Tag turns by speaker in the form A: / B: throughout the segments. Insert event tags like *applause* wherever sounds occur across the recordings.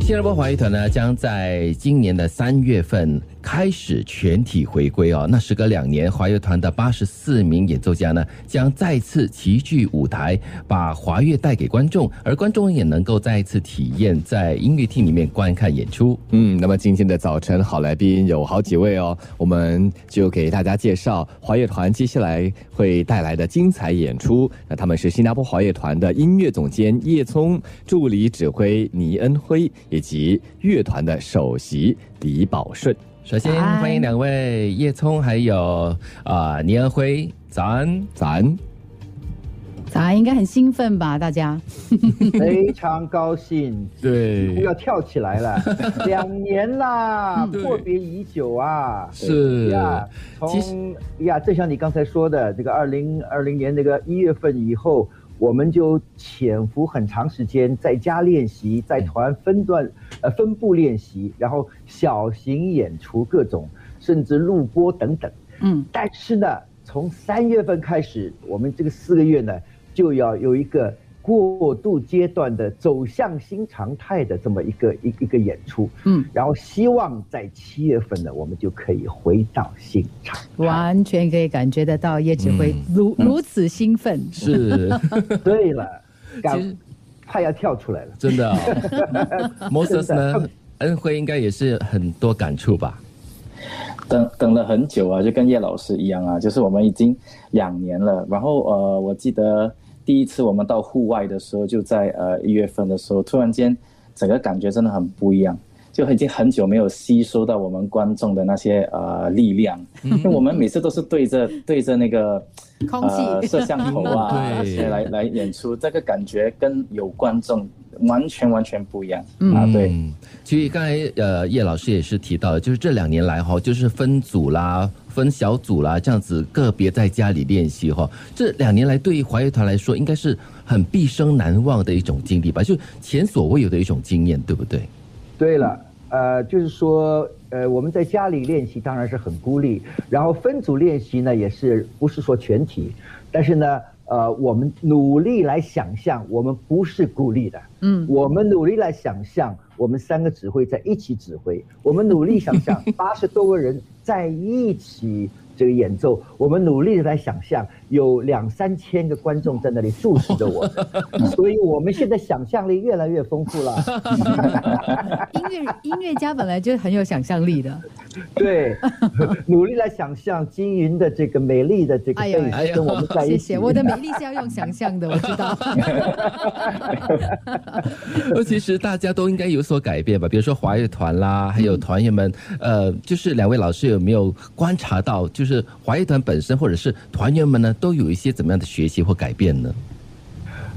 A: 新加坡华语团呢，将在今年的三月份开始全体回归哦。那时隔两年，华乐团的八十四名演奏家呢，将再次齐聚舞台，把华乐带给观众，而观众也能够再次体验在音乐厅里面观看演出。
B: 嗯，那么今天的早晨好来宾有好几位哦，我们就给大家介绍华乐团接下来会带来的精彩演出。那他们是新加坡华乐团的音乐总监叶聪、助理指挥倪恩辉，以及乐团的首席李宝顺。
A: 首先
C: 早安
A: 欢迎两位叶聪还有啊倪恩辉，早安。
B: 早安，
C: 早安，应该很兴奋吧？大家
A: *laughs*
D: 非常高兴，
A: 对嗯
D: 要跳起来
A: *laughs*
D: 了，两年啦，阔别已久啊。
A: 是
D: 呀，
A: 其实
D: 从呀，正像你刚才说的，这个二零二零年那个一月份以后，我们就潜伏很长时间，在家练习，在团分
A: 嗯
D: 段呃分部练习，然后小型演出各种，甚至录播等等。
C: 嗯，
D: 但是呢，从三月份开始，我们这个四个月呢，就要有一个过渡阶段的走向新常态的这么一个一一个演出。
C: 嗯，
D: 然后希望在七月份呢，我们就可以回到新常态。
C: 完全可以感觉得到叶指挥如、如此兴奋。
A: 是
D: 对了，
A: 其实
D: 赶快要跳出来了。
A: 真
D: *laughs*
A: 的、哦、，Moses
D: 真的
A: 呢，恩辉应该也是很多感触吧？
E: 等等了很久啊，就跟叶老师一样啊，就是我们已经两年了。然后呃，我记得第一次我们到户外的时候，就在呃一月份的时候，突然间整个感觉真的很不一样，就已经很久没有吸收到我们观众的那些呃力量，因为我们每次都是对着对着那个
C: 空
E: 呃
C: 气
E: 摄像头
C: *laughs*
E: 啊
A: 嗯
E: 那
A: 对
E: 些来来演出，这个感觉跟有观众完全完全不一样、
C: 嗯
E: 啊，对。
A: 嗯，其实刚才呃叶老师也是提到了，就是这两年来哈，就是分组啦、分小组啦，这样子个别在家里练习哈。这两年来对于华乐团来说，应该是很毕生难忘的一种经历吧，就前所未有的一种经验，对不 *laughs* 对？
D: 对了，呃，就是说，呃，我们在家里练习当然是很孤立，然后分组练习呢，也是不是说全体，但是呢，呃，我们努力来想象，我们不是孤立的，
C: 嗯
D: 我们努力来想象，我们三个指挥在一起指挥，我们努力想象八十多个人在一起。这个演奏，我们努力的来想象，有两三千个观众在那里注视着我们，所以我们现在想象力越来越丰富了。
C: 音乐音乐家本来就很有想象力的，
D: 对，努力来想象金云的这个美丽的这个
C: 哎
D: 背
C: 呦
A: 哎呦
D: 影跟我们在一
C: 谢
D: 起。
C: 谢。我的美丽是要用想象的，我知道。
A: 呃，其实大家都应该有所改变吧，比如说华乐团啦，还有团员们，呃，就是两位老师有没有观察到，就是华乐团本身或者是团员们呢，都有一些怎么样的学习或改变呢？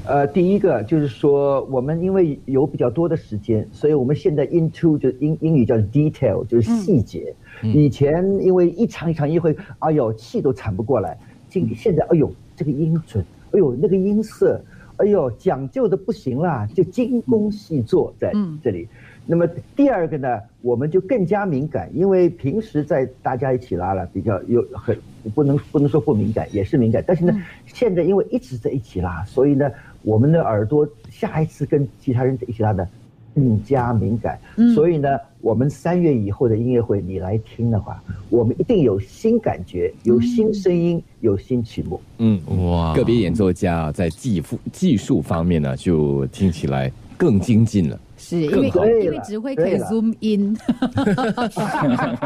D: 呃，第一个就是说，我们因为有比较多的时间，所以我们现在 into 就英英语叫 detail，就是细节。以前因为一场一场音会，哎呦气都喘不过来，今现在哎呦这个音准，哎呦那个音色，哎呦讲究的不行啦，就精工细作在
C: 嗯
D: 这里。那么第二个呢，我们就更加敏感，因为平时在大家一起拉了，比较有很不能不能说不敏感，也是敏感。但是呢，现在因为一直在一起拉，所以呢，我们的耳朵下一次跟其他人在一起拉呢，更加敏感。
C: 嗯
D: 所以呢，我们三月以后的音乐会你来听的话，我们一定有新感觉，有新声
C: 嗯
D: 音，有新曲目。
B: 嗯，
A: 哇
B: 个别演奏家在技术技术方面呢，就听起来更精进了。
C: 是因为
D: 更好对了
C: 因为指挥可以
D: 对了
C: zoom in， *laughs*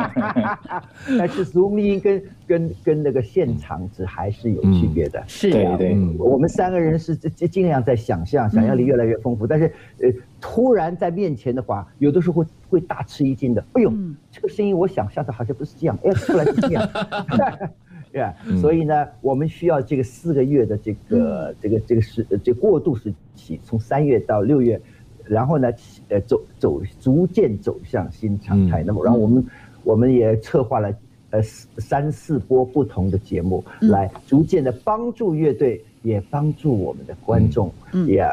D: 但是 Zoom 音跟跟跟那个现场只还是有区别的。
C: 是
E: 对
D: 啊
E: 对
D: 嗯我们三个人是尽尽量在想
C: 嗯
D: 象，想象力越来越丰富。但是，呃，突然在面前的话，有的时候会会大吃一惊的。哎呦，
C: 嗯
D: 这个声音我想象的好像不是这样，哎，出来是这
C: *laughs*
D: 样。对啊，
B: 嗯
D: 所以呢，我们需要这个四个月的这个、这个这个时呃这个过渡时期，从三月到六月，然后呢，呃，走走逐渐走向新常态。
B: 嗯
D: 那么，然后我们我们也策划了呃四三四波不同的节目，
C: 嗯
D: 来逐渐的帮助乐队，也帮助我们的观众，
C: 嗯嗯
D: 也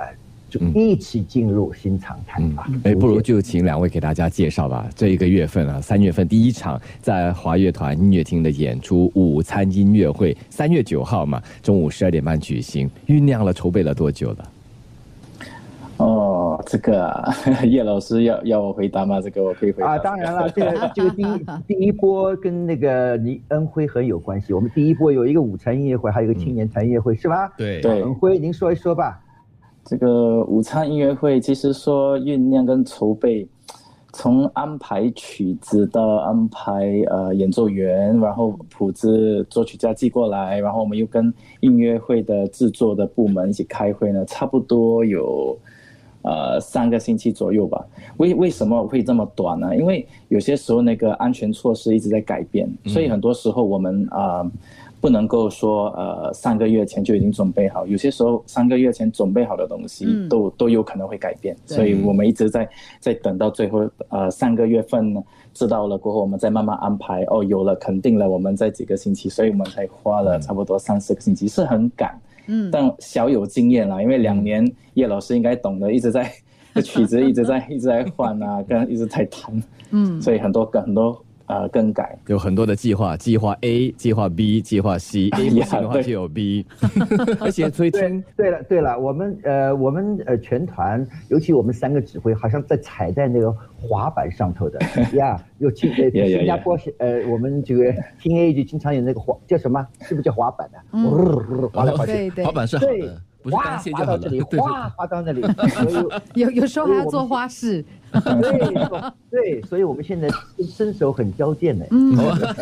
D: 就
B: 嗯
D: 一起进入新常态吧。
B: 哎，
D: 逐
B: 不如
D: 渐
B: 就请两位给大家介绍吧。这一个月份啊，三月份第一场在华乐团音乐厅的演出——午餐音乐会，三月九号嘛，中午十二点半举行。酝酿了、筹备了多久了？
E: 哦，这个、啊、 *laughs* 叶老师要要我回答吗？这个我可以回答
D: 啊，当然了，这个这个第一第一波跟那个倪恩辉很有关系。我们第一波有一个午餐音乐会，还有一个青年团音乐会，是吧？
A: 对
E: 对
D: 恩辉，您说一说吧。
E: 这个午餐音乐会，其实说酝酿跟筹备，从安排曲子到安排呃演奏员，然后谱子作曲家寄过来，然后我们又跟音乐会的制作的部门一起开会呢，差不多有呃三个星期左右吧。为为什么会这么短呢？因为有些时候那个安全措施一直在改变，所以很多时候我们啊。呃不能够说呃三个月前就已经准备好，有些时候三个月前准备好的东西
C: 嗯
E: 都、都有可能会改变，
C: 对
E: 所以我们一直在在等到最后呃三个月份呢知道了过后，我们再慢慢安排哦，有了肯定了，我们在几个星期，所以我们才花了差不多三四个星期，是很赶，
C: 嗯，
E: 但小有经验啦，因为两年叶老师应该懂得，一直
C: *laughs*
E: 在这曲子一直在一直在换啊，跟一直在弹，
C: 嗯，
E: 所以很多很多呃更改。
B: 有很多的计划，计划 A、计划 B、计划 C，A 不行的话
E: 对
B: 就有 B，而 *laughs* 且所以听
D: 对了，对了，我们呃，我们呃，全团，尤其我们三个指挥，好像在踩在那个滑板上头的呀。有去呃
E: Yeah, yeah,
D: 新加坡是呃，我们这个听 A 剧经常有那个滑叫什么？是不是叫滑板啊？
C: 嗯
D: 呜滑来滑去，
C: 对对
A: 滑，板是好
D: 对
A: 的，，哦不是
D: 哗
A: 单线就好了，
D: 滑到这
A: 对
D: 里，
A: 对
D: 哗滑到那里，所以
C: 有有时候还要做花式，
D: 对 *laughs* 对，所以我们现在身身手很矫健呢。
C: 嗯，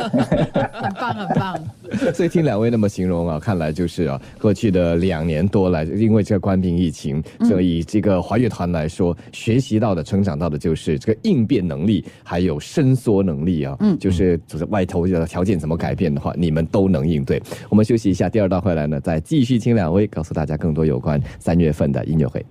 C: 很棒很棒，
B: *laughs* 所以听两位那么形容啊，看来就是啊，过去的两年多来，因为这个官兵疫情，
C: 嗯
B: 所以这个华乐团来说，学习到的、成长到的就是这个应变能力，还有伸缩能力啊。
C: 嗯
B: 就是就是外头的条件怎么改变的话，你们都能应对。
C: 嗯
B: 我们休息一下，第二段回来呢，再继续听两位告诉大家更多有关三月份的音乐会。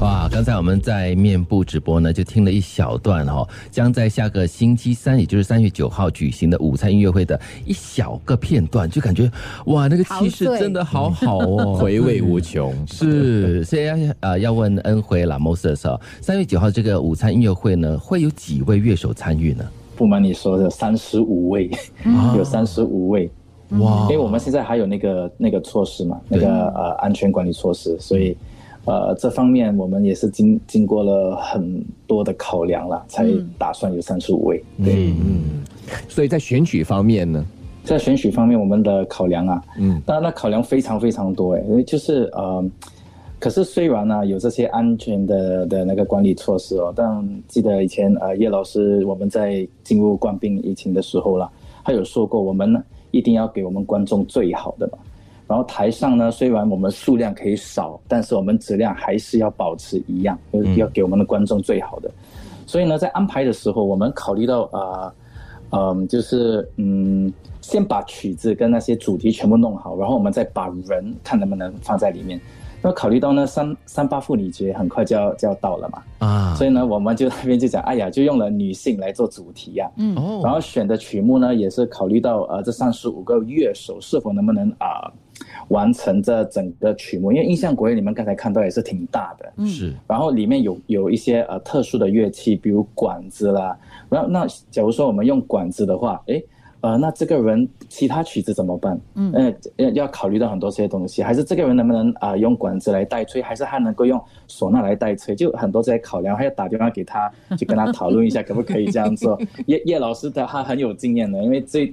A: 哇，刚才我们在面部直播呢，就听了一小段哦，将在下个星期三，也就是三月九号举行的午餐音乐会的一小个片段，就感觉哇，那个气势
C: 陶醉
A: 真的好好哦，嗯
B: 回味无穷。
A: *laughs* 是，所以要呃要问恩辉啦 Moses 哦，三月九号这个午餐音乐会呢，会有几位乐手参与呢？啊
E: 不瞒你说的，三十五位，
D: 嗯
C: 嗯
E: 有三十五位，
A: 哇
E: 因为我们现在还有那个那个措施嘛，那个呃安全管理措施，所以呃这方面我们也是经经过了很多的考量啦，才
C: 嗯
E: 打算有三十五位。
B: 所以在选曲方面呢，
E: 在选曲方面，我们的考量啊，
B: 嗯，
E: 当然那考量非常非常多哎，因为就是呃，可是虽然呢、有这些安全的的那个管理措施哦，但记得以前呃叶老师我们在进入冠病疫情的时候啦，他有说过我们呢一定要给我们观众最好的嘛。然后台上呢，虽然我们数量可以少，但是我们质量还是要保持一样，就是要给我们的观众最好的。所以呢，在安排的时候，我们考虑到啊，呃嗯、就是嗯，先把曲子跟那些主题全部弄好，然后我们再把人看能不能放在里面。那考虑到呢，三三八妇女节很快就要就要到了嘛，
A: 啊，
E: 所以呢，我们就那边就讲，哎呀，就用了女性来做主题呀、
C: 嗯
A: 哦，
E: 然后选的曲目呢，也是考虑到呃这三十五个乐手是否能不能啊、完成这整个曲目，因为印象国乐你们刚才看到也是挺大的，
C: 嗯
A: 是
E: 然后里面有有一些呃特殊的乐器，比如管子啦。然后那假如说我们用管子的话，诶，呃，那这个人其他曲子怎么办？
C: 嗯
E: 呃，要要考虑到很多这些东西，还是这个人能不能啊、呃用管子来代吹，还是他能够用唢呐来代吹，就很多这些考量，还要打电话给他，去跟他讨论一下可不可以这样做。叶叶老师的他很有经验的，因为这。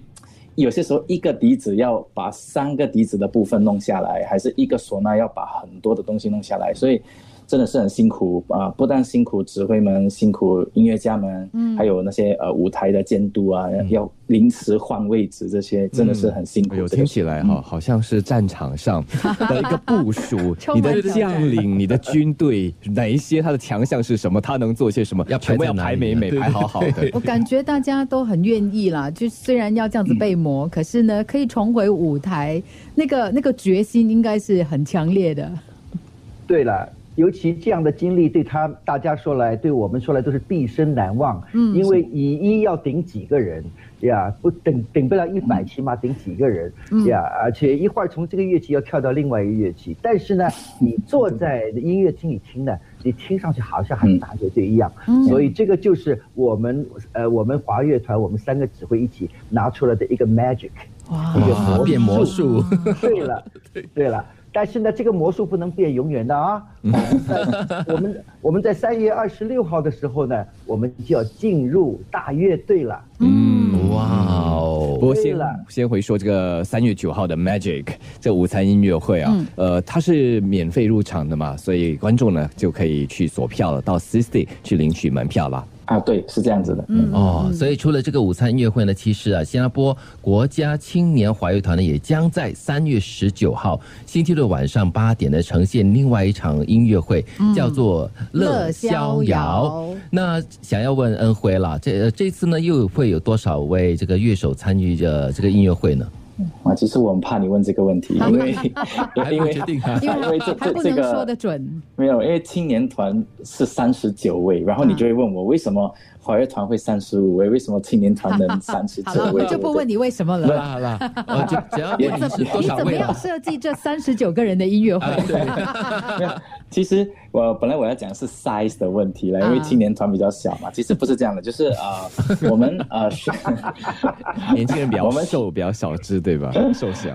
E: 有些时候，一个笛子要把三个笛子的部分弄下来，还是一个唢呐要把很多的东西弄下来，所以真的是很辛苦啊、不但辛苦指挥们，辛苦音乐家们，
C: 嗯
E: 还有那些呃舞台的监督啊，要临时换位置，这些真的是很辛苦。
B: 嗯哎呦，
E: 这个
B: 听起来哈、好像是战场上的一个部署，
C: 充满
B: 你的
C: 挑战
B: 将领、你的军队，哪一些他的强项是什么，他能做些什么，
A: 要排
B: 全部
A: 在
B: 要
A: 哪
B: 排
A: 里
B: 美
A: 啊
B: 美，
A: 对
B: 排好好的。
C: 我感觉大家都很愿意啦，就虽然要这样子被磨，可是呢，可以重回舞台，那个那个决心应该是很强烈的。
D: 对了，尤其这样的经历对他大家说来，对我们说来都是毕生难忘。
C: 嗯
D: 因为以一要顶几个人呀，不顶顶不了一百，起码顶几个人、
C: 嗯
D: 呀。而且一会儿从这个乐器要跳到另外一个乐器，但是呢，你坐在音乐厅里听呢，你听上去好像很大乐队一样。
C: 嗯
D: 所以这个就是我们呃，我们华乐团我们三个指挥一起拿出来的一个 magic。
C: 哇
D: 一个
A: 哇，变魔术，
D: 对了，对了，但是呢，这个魔术不能变永远的啊！我们在我们我们在三月二十六号的时候呢，我们就要进入大乐队了。
A: 嗯，哇哦
B: 不，过先
D: 对了
B: 先回说这个三月九号的 Magic 这午餐音乐会啊，呃，它是免费入场的嘛，所以观众呢就可以去索票了，到 Sisty 去领取门票啦。
E: 啊，对，是这样子的。
B: 嗯
E: 嗯
C: 嗯
A: 哦，所以除了这个午餐音乐会呢，其实啊，新加坡国家青年华乐团呢，也将在三月十九号星期六晚上八点呢，呈现另外一场音乐会，叫做《乐逍
C: 嗯乐逍
A: 遥》
C: 遥
A: 那想要问恩辉啦，这呃这次呢，又会有多少位这个乐手参与着这个音乐会呢？
E: 啊，其实我很怕你问这个问题，因为 *laughs*
A: 啊
C: 因
E: 因为
C: 为
E: 这
C: 还
E: 这
C: 不
E: 这
C: 能
E: 个
C: 说得准，
E: 没有，因为青年团是三十九位，然后你
C: 啊
E: 就会问我为什么华乐团会三十五位，为什么青年团能三十
C: *laughs* 好
E: 九
C: 了，
E: 位？
C: 我就不问你为什么
A: 好
C: 了。
A: 啦好啦，我哦就只要
C: 你
A: 问
C: 怎
A: 你
C: 么
A: 是多
C: 你
A: 少
C: 怎么
A: 位啊哎
C: 样
A: 了。
C: 设计这三十九个人的音乐会？
E: 其实我本来我要讲是 size 的问题了，因为
C: 啊
E: 青年团比较小嘛。其实不是这样的，就是呃，我们呃是
B: 年轻人比较
E: 我们
B: 瘦，比较小只，对吧？瘦小。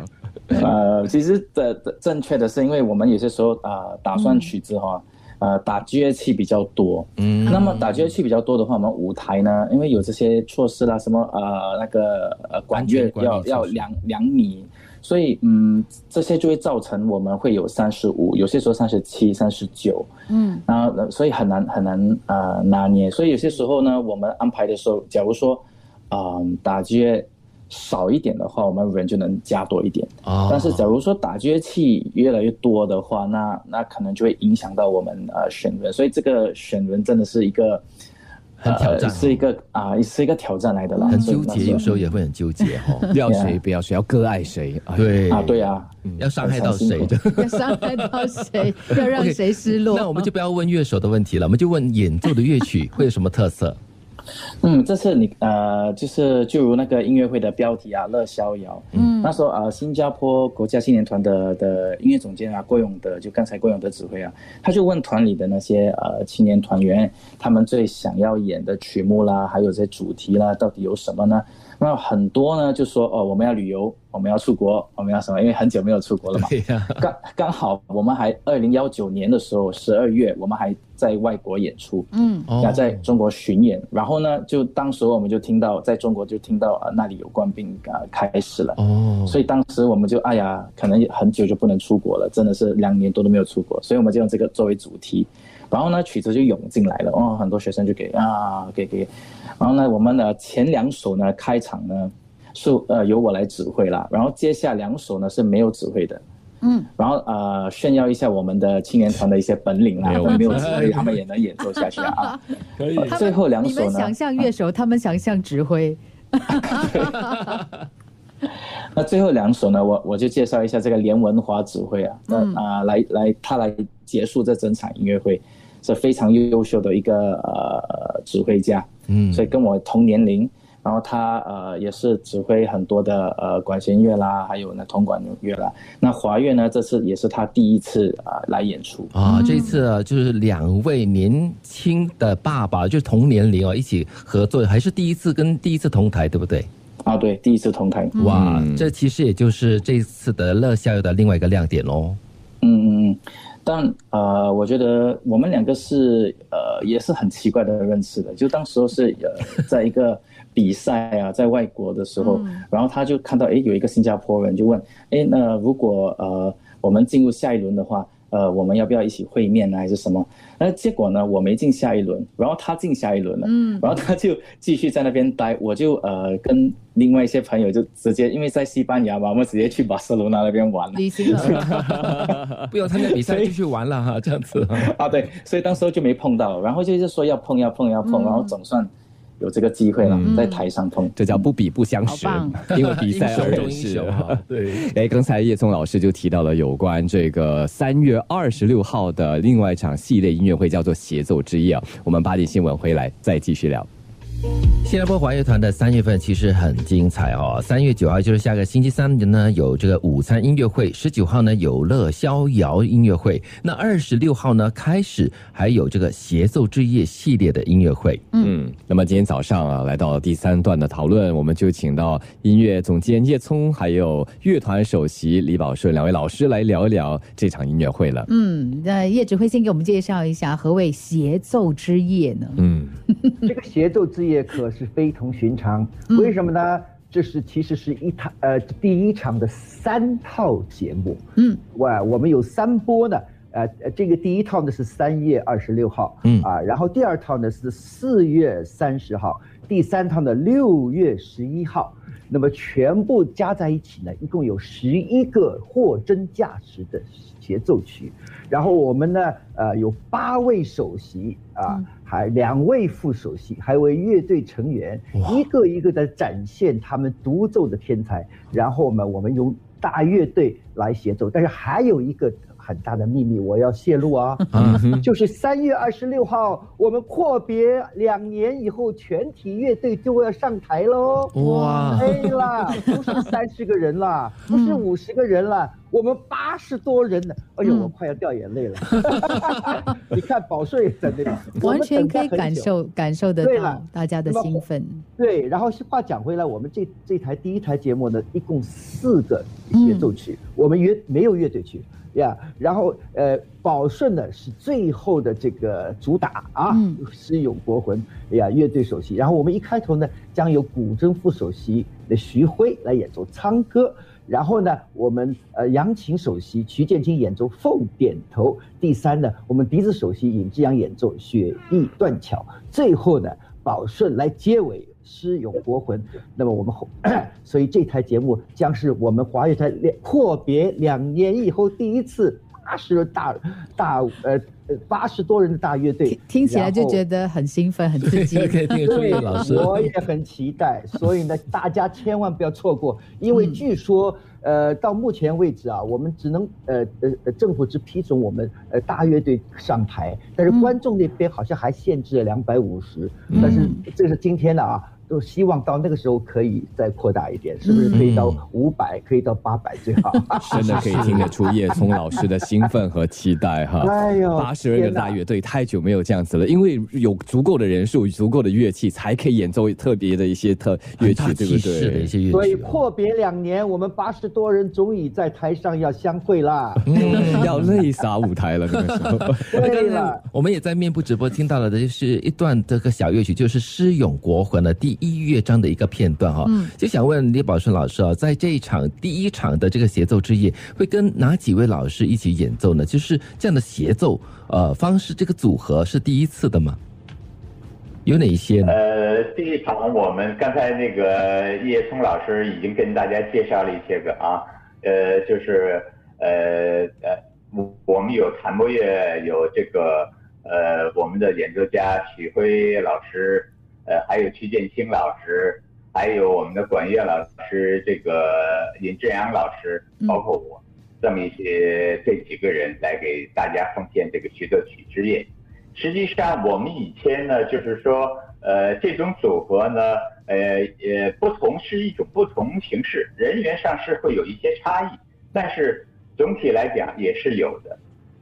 E: 呃，其实的的正确的是，因为我们有些时候啊、呃打算曲子哈、呃，打乐器比较多。
A: 嗯
E: 那么打乐器比较多的话，我们舞台呢，因为有这些措施啦，什么呃那个呃管
A: 安全
E: 乐
A: 管理
E: 要
A: 措施
E: 要两两米，所以嗯，这些就会造成我们会有三十五，有些时候三十七、三十九，
C: 嗯，
E: 然后呃所以很难很难呃拿捏。所以有些时候呢，我们安排的时候，假如说啊、呃打击乐少一点的话，我们人就能加多一点。
A: 哦
E: 但是假如说打击器越来越多的话，那那可能就会影响到我们呃选人，所以这个选人真的是一个
A: 很挑战
E: 呃是一个啊、是一个挑战来的啦，
A: 很
E: 所以
A: 纠
E: 那
A: 结，有时候也会很纠结
C: *laughs*
A: 哦。
B: 要
E: Yeah
B: 谁不要谁，要割爱谁。哎，
A: 对嗯
E: 啊，对啊，
A: 要伤害到
E: 很辛
A: 谁
E: 苦
A: 的？
C: 要伤害到
A: *laughs*
C: 谁，要让
A: OK，
C: 谁失落？
A: 那我们就不要问乐手的问题了，我们就问演奏的乐 *laughs* 曲会有什么特色？
E: 嗯，这次你呃，就是就如那个音乐会的标题啊，《乐逍遥》。嗯，那时候啊、呃新加坡国家青年团的的音乐总监啊，郭永德，就刚才郭永德指挥啊，他就问团里的那些呃青年团员，他们最想要演的曲目啦，还有这些主题啦，到底有什么呢？那很多呢就说哦，我们要旅游，我们要出国，我们要什么？因为很久没有出国了嘛。
A: 对呀、
E: 刚刚好，我们还二零幺九年的时候，十二月我们还在外国演出。
C: 嗯
A: 哦
E: 要在中国巡演，然后呢，就当时我们就听到，在中国就听到呃那里有冠病啊、呃开始了，
A: 哦，
B: 嗯
E: 所以当时我们就哎呀，可能很久就不能出国了，真的是两年多都没有出国，所以我们就用这个作为主题，然后呢曲子就涌进来了，哦，很多学生就给啊给给，然后呢我们的前两首呢开场呢是呃由我来指挥啦，然后接下两首呢是没有指挥的。
C: 嗯，
E: 然后呃，炫耀一下我们的青年团的一些本领啦，
B: 没有
E: 没有
B: 问
E: 指挥，他们也能演奏下去啊。
B: *laughs* 可以
E: 呃最后两
C: 嗯你
E: 首
C: 们
E: 呢
C: 想？象乐手，他们想象指挥。
A: *laughs*
E: 那最后两首呢？我我就介绍一下这个连文华指挥啊，那
C: 嗯
E: 啊、来来，他来结束这整场音乐会，是非常优秀的一个呃指挥家，
A: 嗯
E: 所以跟我同年龄，然后他呃也是指挥很多的呃管弦乐啦，还有呢铜管乐啦。那华乐呢，这次也是他第一次啊、来演出，
A: 啊，这次啊，就是两位年轻的爸爸，就是同年龄哦，一起合作，还是第一次跟第一次同台，对不对？
E: 啊，对，第一次同台，
A: 哇，这其实也就是这次的乐逍遥的另外一个亮点喽。
E: 嗯嗯，嗯，但呃，我觉得我们两个是呃，也是很奇怪的认识的。就当时候是呃，在一个比赛啊，在外国的时候，嗯然后他就看到诶，有一个新加坡人就问诶，那如果呃我们进入下一轮的话，呃我们要不要一起会面呢，啊还是什么？那结果呢，我没进下一轮，然后他进下一轮了，
C: 嗯
E: 然后他就继续在那边待，我就呃跟另外一些朋友就直接因为在西班牙嘛，我们直接去巴塞罗那那边玩了。
C: 旅行了，
A: 不用参加 *laughs* 比赛就去玩了哈，这样子。
E: *laughs* 啊，对，所以当时候就没碰到，然后就是说要碰要碰要碰，然后总算有这个机会了，在台上碰。
B: 这叫不比不相识
C: 好，
B: 因为比赛而
A: *laughs* *laughs*
B: 认
A: 英
B: 识
A: 雄。啊哈，对。
B: *laughs* 哎，刚才叶聪老师就提到了有关这个三月二十六号的另外一场系列音乐会，叫做《协奏之夜》啊。我们八点新闻回来再继续聊。
A: 新加坡华乐团的三月份其实很精彩哦。三月九号就是下个星期三呢，有这个午餐音乐会；十九号呢有乐逍遥音乐会；那二十六号呢开始还有这个协奏之夜系列的音乐会。
B: 嗯，那么今天早上啊，来到第三段的讨论，我们就请到音乐总监叶聪，还有乐团首席李宝顺两位老师来聊一聊这场音乐会了。
C: 嗯，那叶指挥先给我们介绍一下何谓协奏之夜呢？
B: 嗯
D: 这个协奏之夜可是非同寻常，为什么呢？这是其实是一套呃第一场的三套节目，
C: 嗯，
D: 哇，我们有三波呢。呃，呃这个第一套呢是三月二十六号，
A: 嗯
D: 啊，然后第二套呢是四月三十号，第三套呢六月十一号，那么全部加在一起呢，一共有十一个货真价实的协奏曲，然后我们呢，呃，有八位首席啊、
C: 嗯
D: 还两位副首席，还有一位乐队成员，一个一个的展现他们独奏的天才。然后我们我们用大乐队来协奏，但是还有一个很大的秘密我要泄露啊， *laughs*
A: 嗯
D: 就是三月二十六号我们阔别两年以后，全体乐队就要上台喽。
A: 哇，
D: 哎啦，不是三十个人啦，不是五十个人啦，我们八十多人呢。哎呦，
C: 嗯
D: 我快要掉眼泪了。 *laughs* 你看宝顺也在那里，我们
C: 完全
D: 等他
C: 可以
D: 很
C: 感
D: 久。
C: 受感受得
D: 对
C: 到
D: 了
C: 大家的兴奋。
D: 对，然后话讲回来，我们这这台第一台节目呢，一共四个协奏曲，我们乐没有乐队曲呀。然后呃，宝顺呢是最后的这个主打啊
C: 嗯，
D: 诗咏国魂呀，乐队首席。然后我们一开头呢，将由古筝副首席的徐辉来演奏苍歌。然后呢，我们呃扬琴首席徐建清演奏《凤点头》，第三呢，我们笛子首席尹志扬演奏《雪意断桥》，最后呢，宝顺来结尾《诗咏国魂》。那么我们后，所以这台节目将是我们华乐团两阔别两年以后第一次八十大大呃八十多人的大乐队
C: 听，听起来
D: 然
C: 就
D: 后
C: 觉得很兴奋，很刺激。
A: 可以听得出
D: *laughs* 对，
A: 叶老师。
D: 我也很期待，所以呢，大家千万不要
C: *laughs*
D: 错过，因
C: 嗯
D: 为据说，呃，到目前为止啊，我们只能呃呃呃，政府只批准我们呃大乐队上台，但是
C: 嗯
D: 观众那边好像还限制了两百五十，但是这是今天的啊。都希望到那个时候可以再扩大一点，
C: 嗯
D: 是不是可以到五百、可以到八百最
C: *laughs*
D: 好？
B: 真的可以听得出叶聪老师的兴奋和期
A: *laughs*
B: 待哈。
D: 哎呦
B: 八十人的
D: 天哪
B: 大乐队太久没有这样子了，因为有足够的人数、足够的乐器，才可以演奏特别的一些特乐
A: 很大
B: 曲，对不
A: 气势的
B: 对
A: 一？些乐
D: 所以
A: 曲哦、
D: 阔别两年，我们八十多人终于在台上要相会啦。
B: 嗯 *laughs* 要累洒舞台了那个时
A: *laughs*
B: 候。 *laughs*
D: 对了，
A: 我们也在面部直播听到了的就是一段这个小乐曲，就是《诗咏国魂》的第一乐章的一个片段哈、
C: 嗯
A: 就想问李宝顺老师啊、在这一场第一场的这个协奏之夜，会跟哪几位老师一起演奏呢？就是这样的协奏呃方式，这个组合是第一次的吗？有哪一些呢？
F: 呃，第一场我们刚才那个叶聪老师已经跟大家介绍了一些个啊，呃，就是呃呃，我我们有弹拨乐，有这个呃我们的演奏家许辉老师，呃，还有曲建清老师，还有我们的管乐老师这个尹志阳老师，包括我，这么一些这几个人来给大家奉献这个协奏曲之夜。实际上，我们以前呢，就是说，呃，这种组合呢，呃呃，不同是一种不同形式，人员上是会有一些差异，但是总体来讲也是有的。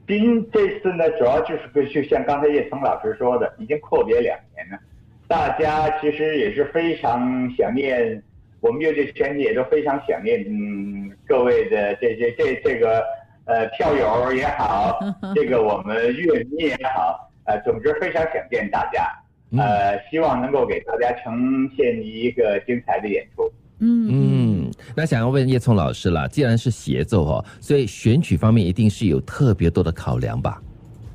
F: 今这次呢，主要就是个就像刚才叶聪老师说的，已经阔别两年了，大家其实也是非常想念，我们乐队圈子也都非常想念，嗯，各位的这这这这个呃票友也好，这个我们乐迷也好，呃，总之非常想见大家，呃，希望能够给大家呈现一个精彩的演出。
C: 嗯嗯
A: 嗯，那想要问叶聪老师了，既然是协奏哦，所以选曲方面一定是有特别多的考量吧？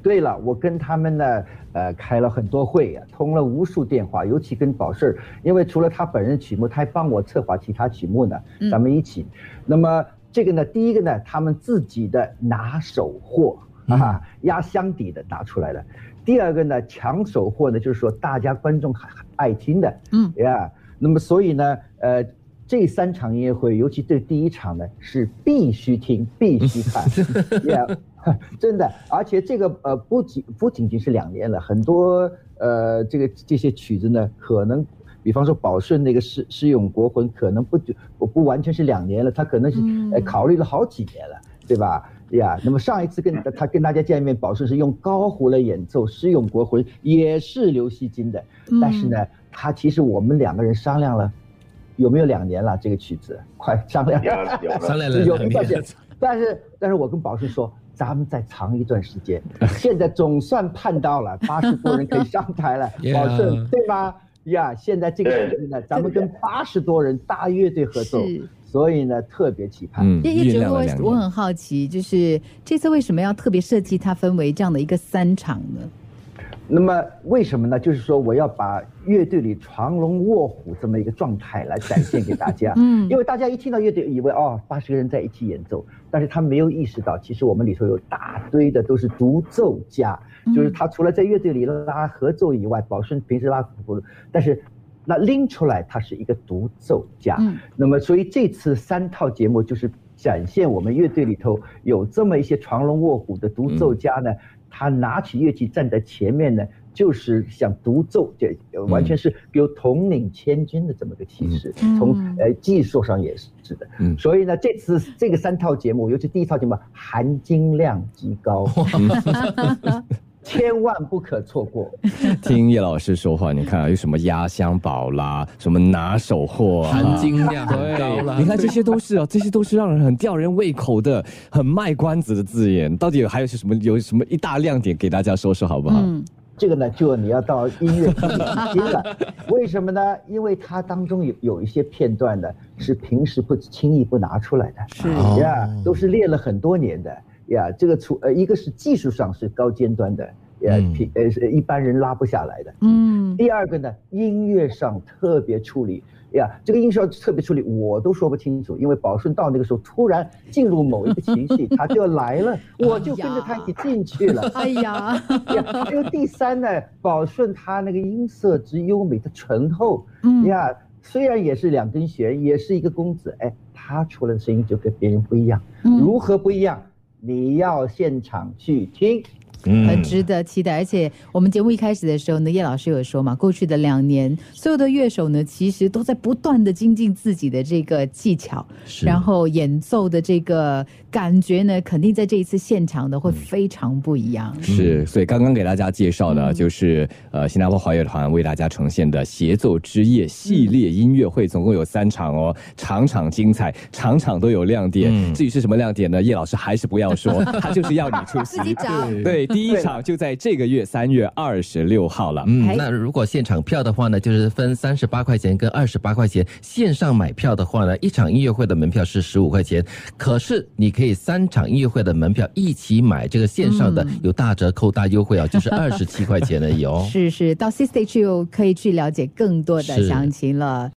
D: 对了，我跟他们呢，呃，开了很多会啊，通了无数电话，尤其跟宝顺儿，因为除了他本人曲目，他还帮我策划其他曲目呢
C: 嗯，
D: 咱们一起。那么这个呢，第一个呢，他们自己的拿手货啊，压箱底的拿出来了；第二个呢，抢手货呢，就是说大家观众还还爱听的，
C: 嗯
D: 呀。哎那么所以呢，呃，这三场音乐会，尤其这第一场呢，是必须听、必须
C: *laughs*
D: 看，yeah, *laughs* 真的。而且这个呃，不仅不仅仅是两年了，很多呃，这个这些曲子呢，可能比方说宝顺那个诗诗咏国魂，可能不久我不完全是两年了，他可能是、
C: 嗯
D: 呃考虑了好几年了，对吧？呀，那么上一次跟
C: 嗯
D: 他跟大家见面，宝顺是用高胡来演奏《诗咏国魂》，也是刘惜君的，
C: 嗯
D: 嗯但是呢，他其实我们两个人商量了，有没有两年了？这个曲子 *laughs* 快商量
F: 有了有
A: 商
F: 了，
A: 量了
D: 有
A: 两 *laughs*
D: 到
A: 年
D: 现，但是但是我跟宝顺说，咱们再藏一段时间，现在总算盼到了八十多人可以上台了
A: Yeah，
D: 宝顺对吧？呀、现在这个
F: 对
D: 时间呢，咱们跟八十多人大乐队合奏
C: 是，
D: 所以呢特别期盼。
B: 嗯，
C: 叶叶
B: 酝
C: 哲，
B: 酿了
C: 我
B: 两
C: 我
B: 年。
C: 很好奇，就是这次为什么要特别设计它分为这样的一个三场呢？
D: 那么为什么呢？就是说我要把乐队里藏龙卧虎这么一个状态来展现给
C: *laughs*
D: 大家。
C: 嗯
D: 因为大家一听到乐队，以为哦八十个人在一起演奏，但是他没有意识到，其实我们里头有大堆的都是独奏家，
C: 嗯
D: 就是他除了在乐队里拉合奏以外，宝顺平时拉鼓，但是那拎出来他是一个独奏家。
C: 嗯
D: 那么所以这次三套节目就是展现我们乐队里头有这么一些藏龙卧虎的独奏家呢，他拿起乐器站在前面呢。就是想独奏，这呃完全是有统领千军的这么个气势，
C: 嗯
D: 从
C: 嗯
D: 呃技术上也是的。
B: 嗯
D: 所以呢，这次这个三套节目，尤其第一套节目含金量极高，千万不可错过。
B: *laughs* 听叶老师说话，你看啊，有什么压箱宝啦，什么拿手货、啊，
A: 含金量很高
B: 对，
A: 了。
B: 你看这些都是啊，这些都是让人很吊人胃口的、很卖关子的字眼。到底有还有些什么有什么一大亮点给大家说说好不好？
C: 嗯
D: 这个呢，就你要到音乐厅里听了。为什么呢？因为它当中有有一些片段呢，是平时不轻易不拿出来的，
C: 是
A: 哦
D: 呀，都是练了很多年的呀。这个除呃，一个是技术上是高尖端的，呃
A: 嗯，
D: 平呃是一般人拉不下来的。
C: 嗯
D: 第二个呢，音乐上特别处理呀，这个音效特别处理，我都说不清楚，因为宝顺到那个时候突然进入某一个情绪，他就来了，我就跟着他一起进去了。
C: 哎呀，
D: 呀，这个第三呢，宝顺他那个音色之优美，他醇厚，
C: 嗯
D: 呀，虽然也是两根弦，也是一个公子，哎，他出来的声音就跟别人不一样，
C: 嗯
D: 如何不一样？你要现场去听，
A: 嗯
B: 嗯
C: 很值得期待。而且我们节目一开始的时候呢，叶老师有说嘛，过去的两年，所有的乐手呢，其实都在不断的精进自己的这个技巧，
A: 是
C: 然后演奏的这个感觉呢，肯定在这一次现场呢
B: 嗯
C: 会非常不一样。
B: 是，所以刚刚给大家介绍的，
C: 嗯
B: 就是呃新加坡华乐团为大家呈现的协奏之夜系列音乐会，总共有三场哦，场场精彩，场场都有亮点。
A: 嗯
B: 至于是什么亮点呢？叶老师还是不要说，他就是要你出席
C: *laughs* 自。己找，
B: 对，第一场就在这个月三月二十六号了。
A: 嗯
C: 哎，
A: 那如果现场票的话呢，就是分三十八块钱跟二十八块钱。线上买票的话呢，一场音乐会的门票是十五块钱，可是你可以三场音乐会的门票一起买，这个线上的
C: 嗯。
A: 有大折扣、大优惠啊，就是二十七块钱而已哦
C: 是是，到 C Stage 又可以去了解更多的
A: 是
C: 详情了。